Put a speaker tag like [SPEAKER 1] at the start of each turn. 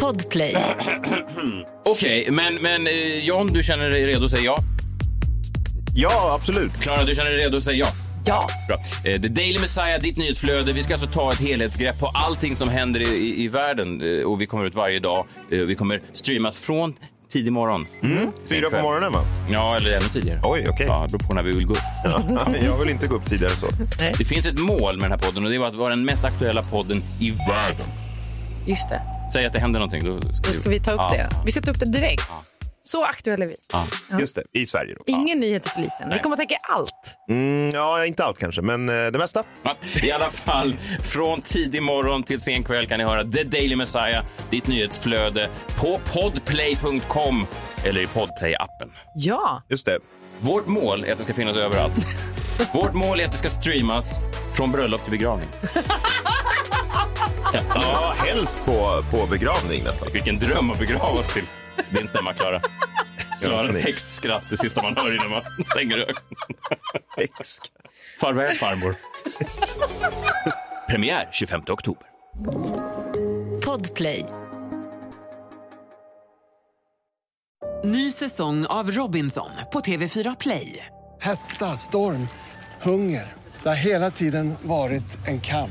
[SPEAKER 1] Podplay.
[SPEAKER 2] Okej, men, men eh, John, du känner dig redo, säger ja.
[SPEAKER 3] Ja, absolut.
[SPEAKER 2] Klara, du känner dig redo, säger ja.
[SPEAKER 1] Ja.
[SPEAKER 2] Bra. Eh, The Daily Messiah, ditt nyhetsflöde. Vi ska alltså ta ett helhetsgrepp på allting som händer i, i, i världen. Eh, Och vi kommer ut varje dag. Eh, Vi kommer streamas från tidig morgon.
[SPEAKER 3] Fyra på morgonen, va?
[SPEAKER 2] Ja, eller ännu tidigare.
[SPEAKER 3] Oj, okej.
[SPEAKER 2] Ja, det beror på när vi vill gå upp.
[SPEAKER 3] Jag vill inte gå upp tidigare än så.
[SPEAKER 2] Det finns ett mål med den här podden och det var att vara den mest aktuella podden i världen.
[SPEAKER 1] Just det.
[SPEAKER 2] Säg att det händer någonting. Då ska,
[SPEAKER 1] Då ska vi ta upp
[SPEAKER 2] ja.
[SPEAKER 1] det. Vi ska ta upp det direkt. Så aktuella är vi.
[SPEAKER 2] Ja.
[SPEAKER 3] Just det, i Sverige då.
[SPEAKER 1] Ingen nyhet är för liten. Vi kommer att tänka allt.
[SPEAKER 3] Mm, ja, inte allt kanske, men eh, det mesta.
[SPEAKER 2] Ja, I alla fall, från tidig morgon till sen kväll kan ni höra The Daily Messiah, ditt nyhetsflöde på podplay.com eller i podplay-appen.
[SPEAKER 1] Ja.
[SPEAKER 3] Just det.
[SPEAKER 2] Vårt mål är att det ska finnas överallt. Vårt mål är att det ska streamas från bröllop till begravning.
[SPEAKER 3] Ja, helst på, på begravning nästan.
[SPEAKER 2] Vilken dröm att begravas till. Din stämma, Klara. Klaras
[SPEAKER 3] snyggt.
[SPEAKER 2] häxskratt, det sista man hör innan man stänger ögonen. Farväl farmor. Premiär 25 oktober.
[SPEAKER 1] Podplay.
[SPEAKER 4] Ny säsong av Robinson på TV4 Play.
[SPEAKER 5] Hetta, storm, hunger. Det har hela tiden varit en kamp.